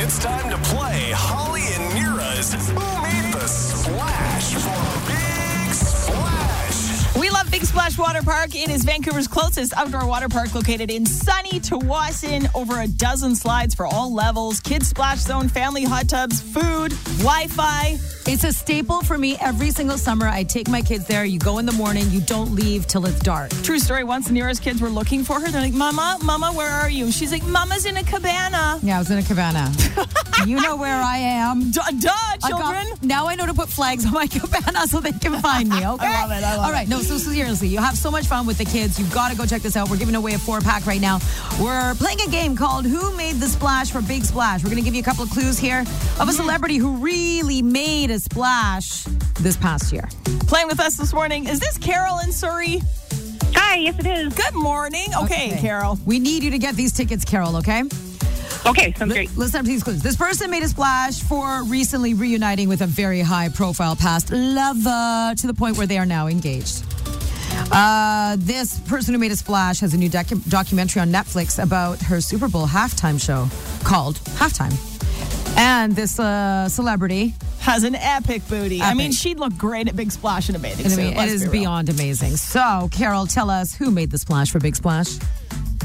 [SPEAKER 2] It's time to play Holly and Nira's Meet the Splash for Big Splash.
[SPEAKER 8] We love Big Splash Water Park. It is Vancouver's closest outdoor water park located in sunny Tawasin. Over a dozen slides for all levels, kids splash zone, family hot tubs, food, Wi-Fi.
[SPEAKER 9] It's a staple for me every single summer. I take my kids there. You go in the morning, you don't leave till it's dark.
[SPEAKER 8] True story. Once Nira's kids were looking for her, they're like, "Mama, Mama, where are you?" She's like, "Mama's in a cabana."
[SPEAKER 9] Yeah, I was in a cabana. you know where I am.
[SPEAKER 8] Duh, duh
[SPEAKER 9] I got-
[SPEAKER 8] children.
[SPEAKER 9] now I know to put flags on my cabana so they can find me, okay?
[SPEAKER 8] love it, I love
[SPEAKER 9] All right, no, so seriously, you have so much fun with the kids. You've got to go check this out. We're giving away a four pack right now. We're playing a game called Who Made the Splash for Big Splash. We're going to give you a couple of clues here of a
[SPEAKER 8] Mm-hmm.
[SPEAKER 9] celebrity who really made a splash this past year.
[SPEAKER 8] Playing with us this morning is this Carol in Surrey.
[SPEAKER 3] Hi, yes, it is.
[SPEAKER 8] Good morning. Okay, Carol.
[SPEAKER 9] We need you to get these tickets, Carol, okay?
[SPEAKER 3] Okay, sounds
[SPEAKER 9] Li-
[SPEAKER 3] great.
[SPEAKER 9] Listen up to these clues. This person made a splash for recently reuniting with a very high profile past lover to the point where they are now engaged. Uh, this person who made a splash has a new docu- documentary on Netflix about her Super Bowl halftime show called Halftime. And this uh, celebrity,
[SPEAKER 8] Has an epic booty. I
[SPEAKER 9] Epic.
[SPEAKER 8] mean, she'd look great at Big Splash in a bathing
[SPEAKER 9] I
[SPEAKER 8] suit.
[SPEAKER 9] mean, it
[SPEAKER 8] let's
[SPEAKER 9] is
[SPEAKER 8] be real.
[SPEAKER 9] beyond amazing. So, Carol, tell us who made the splash for Big Splash?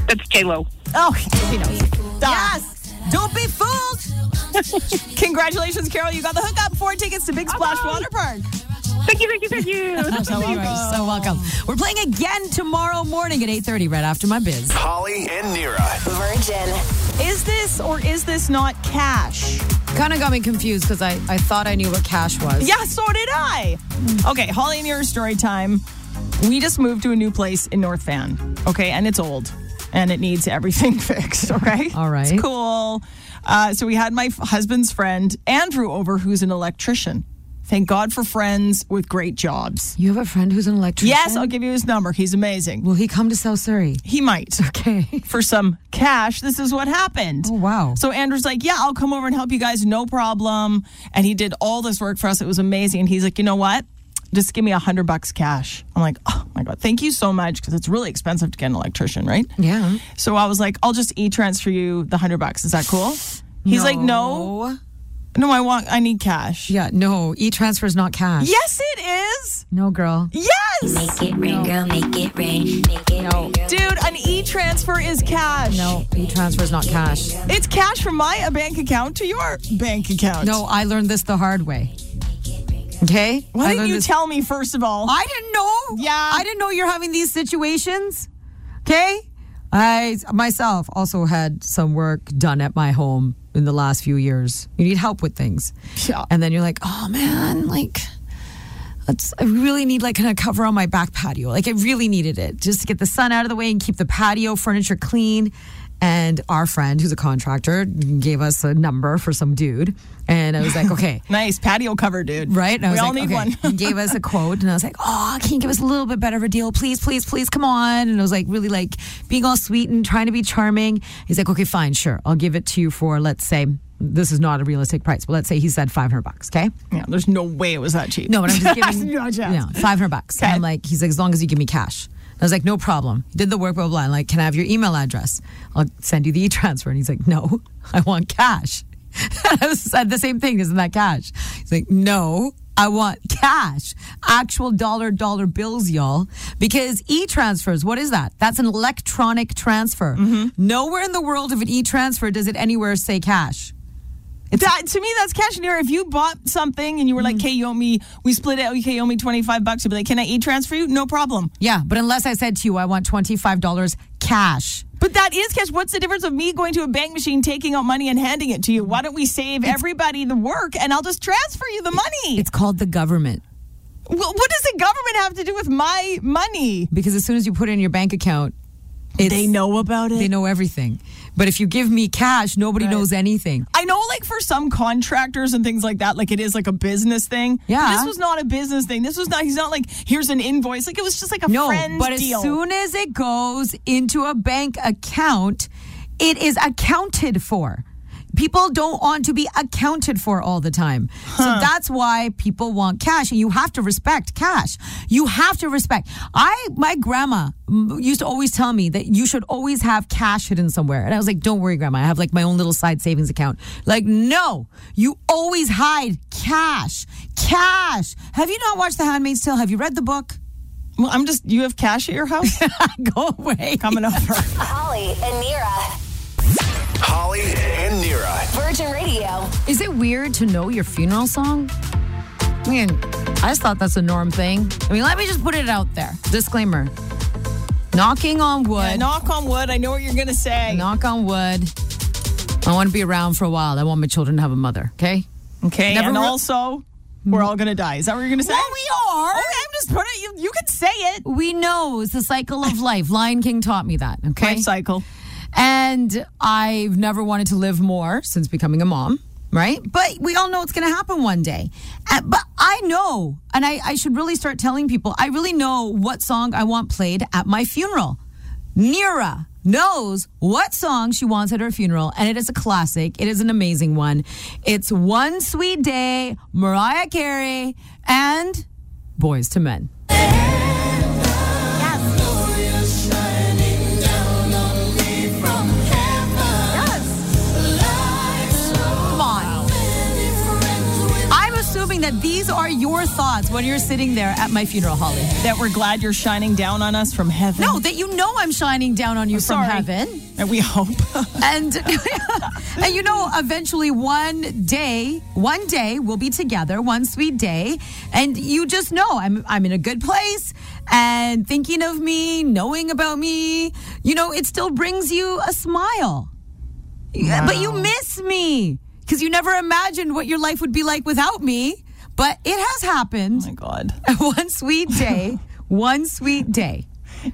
[SPEAKER 3] That's J Lo.
[SPEAKER 8] Oh, you know. Duh.
[SPEAKER 9] Yes! Don't be fooled!
[SPEAKER 8] Congratulations, Carol. You got the hookup. Four tickets to Big Splash
[SPEAKER 3] Bye-bye.
[SPEAKER 8] Water Park.
[SPEAKER 3] Thank you, thank you, thank you.
[SPEAKER 9] So welcome. so welcome. We're playing again tomorrow morning at 8.30 right after my biz.
[SPEAKER 2] Holly and Nira.
[SPEAKER 6] Virgin.
[SPEAKER 8] Is this or is this not cash?
[SPEAKER 9] Kind of got me confused because I, I thought I knew what cash was.
[SPEAKER 8] Yeah, so did I. Okay, Holly and your story time. We just moved to a new place in North Van. Okay, and it's old and it needs everything fixed. Okay.
[SPEAKER 9] All right.
[SPEAKER 8] It's cool. Uh, so we had my f- husband's friend, Andrew, over who's an electrician. Thank God for friends with great jobs.
[SPEAKER 9] You have a friend who's an electrician?
[SPEAKER 8] Yes, I'll give you his number. He's amazing.
[SPEAKER 9] Will he come to South Surrey?
[SPEAKER 8] He might.
[SPEAKER 9] Okay.
[SPEAKER 8] for some cash. This is what happened.
[SPEAKER 9] Oh, wow.
[SPEAKER 8] So Andrew's like, Yeah, I'll come over and help you guys, no problem. And he did all this work for us. It was amazing. And he's like, You know what? Just give me a hundred bucks cash. I'm like, Oh my God, thank you so much. Cause it's really expensive to get an electrician, right?
[SPEAKER 9] Yeah.
[SPEAKER 8] So I was like, I'll just e transfer you the hundred bucks. Is that cool? He's like, No. No, I want. I need cash.
[SPEAKER 9] Yeah, no, e transfer is not cash.
[SPEAKER 8] Yes, it is.
[SPEAKER 9] No, girl.
[SPEAKER 8] Yes.
[SPEAKER 6] Make it rain, girl, make it rain. Make it rain, girl.
[SPEAKER 8] Dude, an e transfer is cash.
[SPEAKER 9] No, e transfer is not cash.
[SPEAKER 8] It's cash from my bank account to your bank account.
[SPEAKER 9] No, I learned this the hard way. Okay? I
[SPEAKER 8] Why didn't
[SPEAKER 9] learned
[SPEAKER 8] you
[SPEAKER 9] this-
[SPEAKER 8] tell me first of all?
[SPEAKER 9] I didn't know.
[SPEAKER 8] Yeah.
[SPEAKER 9] I didn't know you're having these situations. Okay? I myself also had some work done at my home in the last few years. You need help with things.
[SPEAKER 8] Yeah.
[SPEAKER 9] And then you're like, "Oh man, like let's, I really need like a cover on my back patio. Like I really needed it just to get the sun out of the way and keep the patio furniture clean. And our friend, who's a contractor, gave us a number for some dude. And I was like, okay,
[SPEAKER 8] Nice patio cover, dude.
[SPEAKER 9] right? And I
[SPEAKER 8] we
[SPEAKER 9] was
[SPEAKER 8] all
[SPEAKER 9] like, okay.
[SPEAKER 8] need one.
[SPEAKER 9] he gave us a quote, and I was like, oh, can you give us a little bit better of a deal, please, please, please, come on? And I was like, really like being all sweet and trying to be charming. He's like, okay, fine, sure, I'll give it to you for let's say this is not a realistic price, but let's say he said five hundred bucks, okay?
[SPEAKER 8] yeah, there's no way it was that cheap.
[SPEAKER 9] No, but I'm just giving
[SPEAKER 8] No chance.
[SPEAKER 9] no, 500 bucks. And I'm like, he's like, as long as you give me cash. And I was like, no problem. Did the work, blah, blah, blah. I'm like, can I have your email address? I'll send you the e transfer. And he's like, no, I want cash. I said the same thing. Isn't that cash? He's like, no, I want cash. Actual dollar, dollar bills, y'all. Because e transfers, what is that? That's an electronic transfer. Nowhere in the world of an e transfer does it anywhere say cash.
[SPEAKER 8] That, to me, that's cash near. If you bought something and you were like,
[SPEAKER 9] Mm-hmm.
[SPEAKER 8] "Hey, you owe me," we split it. Okay, you owe me twenty five bucks. You'd be like, "Can I e transfer you?" No problem.
[SPEAKER 9] Yeah, but unless I said to you, I want $25 cash.
[SPEAKER 8] But that is cash. What's the difference of me going to a bank machine, taking out money, and handing it to you? Why don't we save everybody the work and I'll just transfer you the money?
[SPEAKER 9] It's called the government.
[SPEAKER 8] Wh- what does the government have to do with my money?
[SPEAKER 9] because as soon as you put it in your bank account, it's,
[SPEAKER 8] They know about it.
[SPEAKER 9] they know everything. But if you give me cash, nobody knows anything.
[SPEAKER 8] I know, like for some contractors and things like that, like it is like a business thing. But
[SPEAKER 9] Yeah.
[SPEAKER 8] this was not a business thing. This was not. He's not like here's an invoice. Like it was just like a
[SPEAKER 9] No,
[SPEAKER 8] friend's
[SPEAKER 9] but
[SPEAKER 8] deal.
[SPEAKER 9] as soon as it goes into a bank account, it is accounted for. People don't want to be accounted for all the time. So that's why people want cash and you have to respect cash. You have to respect. I my grandma mm, used to always tell me that you should always have cash hidden somewhere. And I was like, "Don't worry, grandma. I have like my own little side savings account." Like, "No. You always hide cash. Cash. Have you not watched The Handmaid's Tale? Have you read the book?
[SPEAKER 8] well, I'm just. You have cash at your house
[SPEAKER 9] Go away.
[SPEAKER 8] coming over.
[SPEAKER 6] Holly and Nira.
[SPEAKER 2] Holly and Nira.
[SPEAKER 6] Virgin Radio.
[SPEAKER 9] Is it weird to know your funeral song? I mean, I just thought that's a norm thing. I mean, let me just put it out there. Disclaimer. Knocking on wood.
[SPEAKER 8] Yeah, knock on wood. I know what you're gonna say.
[SPEAKER 9] Knock on wood. I want to be around for a while. I want my children to have a mother, okay?
[SPEAKER 8] Okay.
[SPEAKER 9] Never
[SPEAKER 8] and
[SPEAKER 9] re-
[SPEAKER 8] also, we're all gonna die. Is that what you're gonna say?
[SPEAKER 9] Well, we are.
[SPEAKER 8] Okay, I'm just putting it. You, you can say it.
[SPEAKER 9] We know it's the cycle of life. Lion King taught me that, okay?
[SPEAKER 8] Life cycle.
[SPEAKER 9] And I've never wanted to live more since becoming a mom, right? But we all know it's going to happen one day. Uh, but I know, and I, I should really start telling people, I really know what song I want played at my funeral. Nira knows what song she wants at her funeral, and it is a classic. It is an amazing one. It's One Sweet Day, Mariah Carey, and Boys to Men. Come on. I'm assuming that these are your thoughts when you're sitting there at my funeral, Holly.
[SPEAKER 8] That we're glad you're shining down on us from heaven.
[SPEAKER 9] No, that you know I'm shining down on you from
[SPEAKER 8] Sorry.
[SPEAKER 9] heaven.
[SPEAKER 8] And we hope. Oh
[SPEAKER 9] And and you know, eventually one day, one day we'll be together, one sweet day, and you just know I'm I'm in a good place and thinking of me, knowing about me, you know, it still brings you a smile. Yeah, But you miss me because you never imagined what your life would be like without me. But it has happened.
[SPEAKER 8] oh my God.
[SPEAKER 9] one sweet day, one sweet day.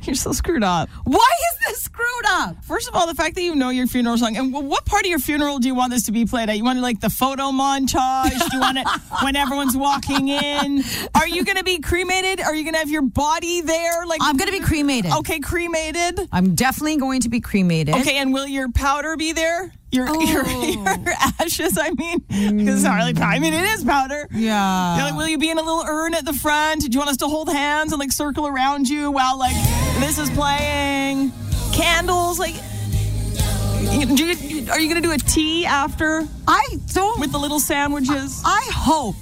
[SPEAKER 8] You're so screwed up.
[SPEAKER 9] Why is this screwed up?
[SPEAKER 8] First of all, the fact that you know your funeral song, and wh- what part of your funeral do you want this to be played at? You want it like the photo montage? Do you want it when everyone's walking in? Are you going to be cremated? Are you going to have your body there? Like
[SPEAKER 9] I'm gonna be cremated.
[SPEAKER 8] Okay, cremated.
[SPEAKER 9] I'm definitely going to be cremated.
[SPEAKER 8] Okay, and will your powder be there? Your your, your ashes, I mean, because Harley, I mean, it is powder.
[SPEAKER 9] Yeah.
[SPEAKER 8] You're like, will you be in a little urn at the front? Do you want us to hold hands and like circle around you while like this is playing? Candles, like Do you, are you going to do a tea after?
[SPEAKER 9] I don't.
[SPEAKER 8] With the little sandwiches?
[SPEAKER 9] I hope.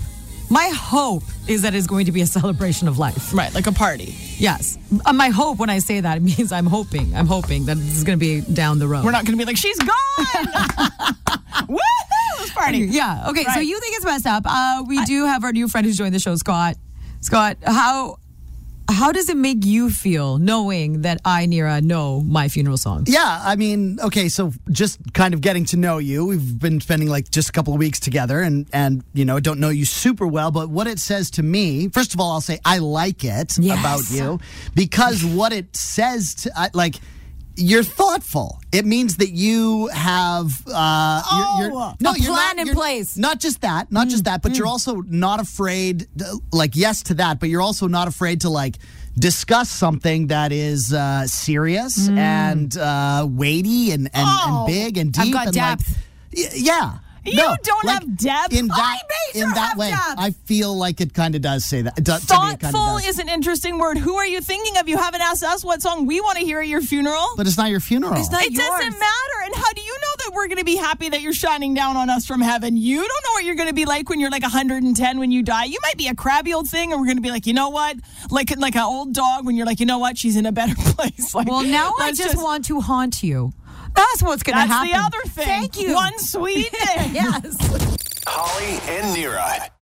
[SPEAKER 9] My hope is that it's going to be a celebration of life.
[SPEAKER 8] Right, like a party.
[SPEAKER 9] Yes. Uh, my hope when I say that it means I'm hoping. I'm hoping that this is going to be down the road.
[SPEAKER 8] We're not going to be like, she's gone! Woohoo! Let's party.
[SPEAKER 9] Yeah. Okay. So
[SPEAKER 8] Right.
[SPEAKER 9] you think it's messed up? Uh, we do have our new friend who's joined the show, Scott. Scott, how how does it make you feel knowing that I, Nira, know my funeral song?
[SPEAKER 10] Yeah, I mean, okay, so just kind of getting to know you. We've been spending like just a couple of weeks together and and you know, don't know you super well, but what it says to me, first of all, I'll say I like it
[SPEAKER 9] Yes.
[SPEAKER 10] about you because what it says to I, like you're thoughtful. It means that you have uh, you're, you're,
[SPEAKER 9] Oh, a plan in
[SPEAKER 10] you're-
[SPEAKER 9] place.
[SPEAKER 10] Not just that, not
[SPEAKER 8] Mm.
[SPEAKER 10] just that, but you're also not afraid, uh, like yes to that, but you're also not afraid to like discuss something that is uh, serious and uh, weighty and and,
[SPEAKER 8] Mm. Oh,
[SPEAKER 10] and big and deep.
[SPEAKER 9] I've got
[SPEAKER 10] and, like,
[SPEAKER 9] depth.
[SPEAKER 10] y- yeah.
[SPEAKER 8] You
[SPEAKER 10] no,
[SPEAKER 8] don't
[SPEAKER 10] like,
[SPEAKER 8] have depth?
[SPEAKER 10] in
[SPEAKER 8] I
[SPEAKER 10] that
[SPEAKER 8] made
[SPEAKER 10] in
[SPEAKER 8] you
[SPEAKER 10] that
[SPEAKER 8] have
[SPEAKER 10] way.
[SPEAKER 8] depth.
[SPEAKER 10] I feel like it kind of does say that. Do, Uh, to me, it kinda
[SPEAKER 8] Thoughtful
[SPEAKER 10] does.
[SPEAKER 8] is an interesting word. Who are you thinking of? You haven't asked us what song we want to hear at your funeral.
[SPEAKER 10] but it's not your funeral.
[SPEAKER 8] it doesn't matter. And how do you know that we're going to be happy that you're shining down on us from heaven? You don't know what you're going to be like when you're like 110 when you die. You might be a crabby old thing, and we're going to be like, you know what? Like like an old dog when you're like, you know what? She's in a better place. Like,
[SPEAKER 9] Well, now I
[SPEAKER 8] that's
[SPEAKER 9] just, want to haunt you. That's what's going to
[SPEAKER 8] That's
[SPEAKER 9] happen.
[SPEAKER 8] the other thing.
[SPEAKER 9] Thank you.
[SPEAKER 8] One sweet day.
[SPEAKER 9] yes.
[SPEAKER 2] Holly and Nira.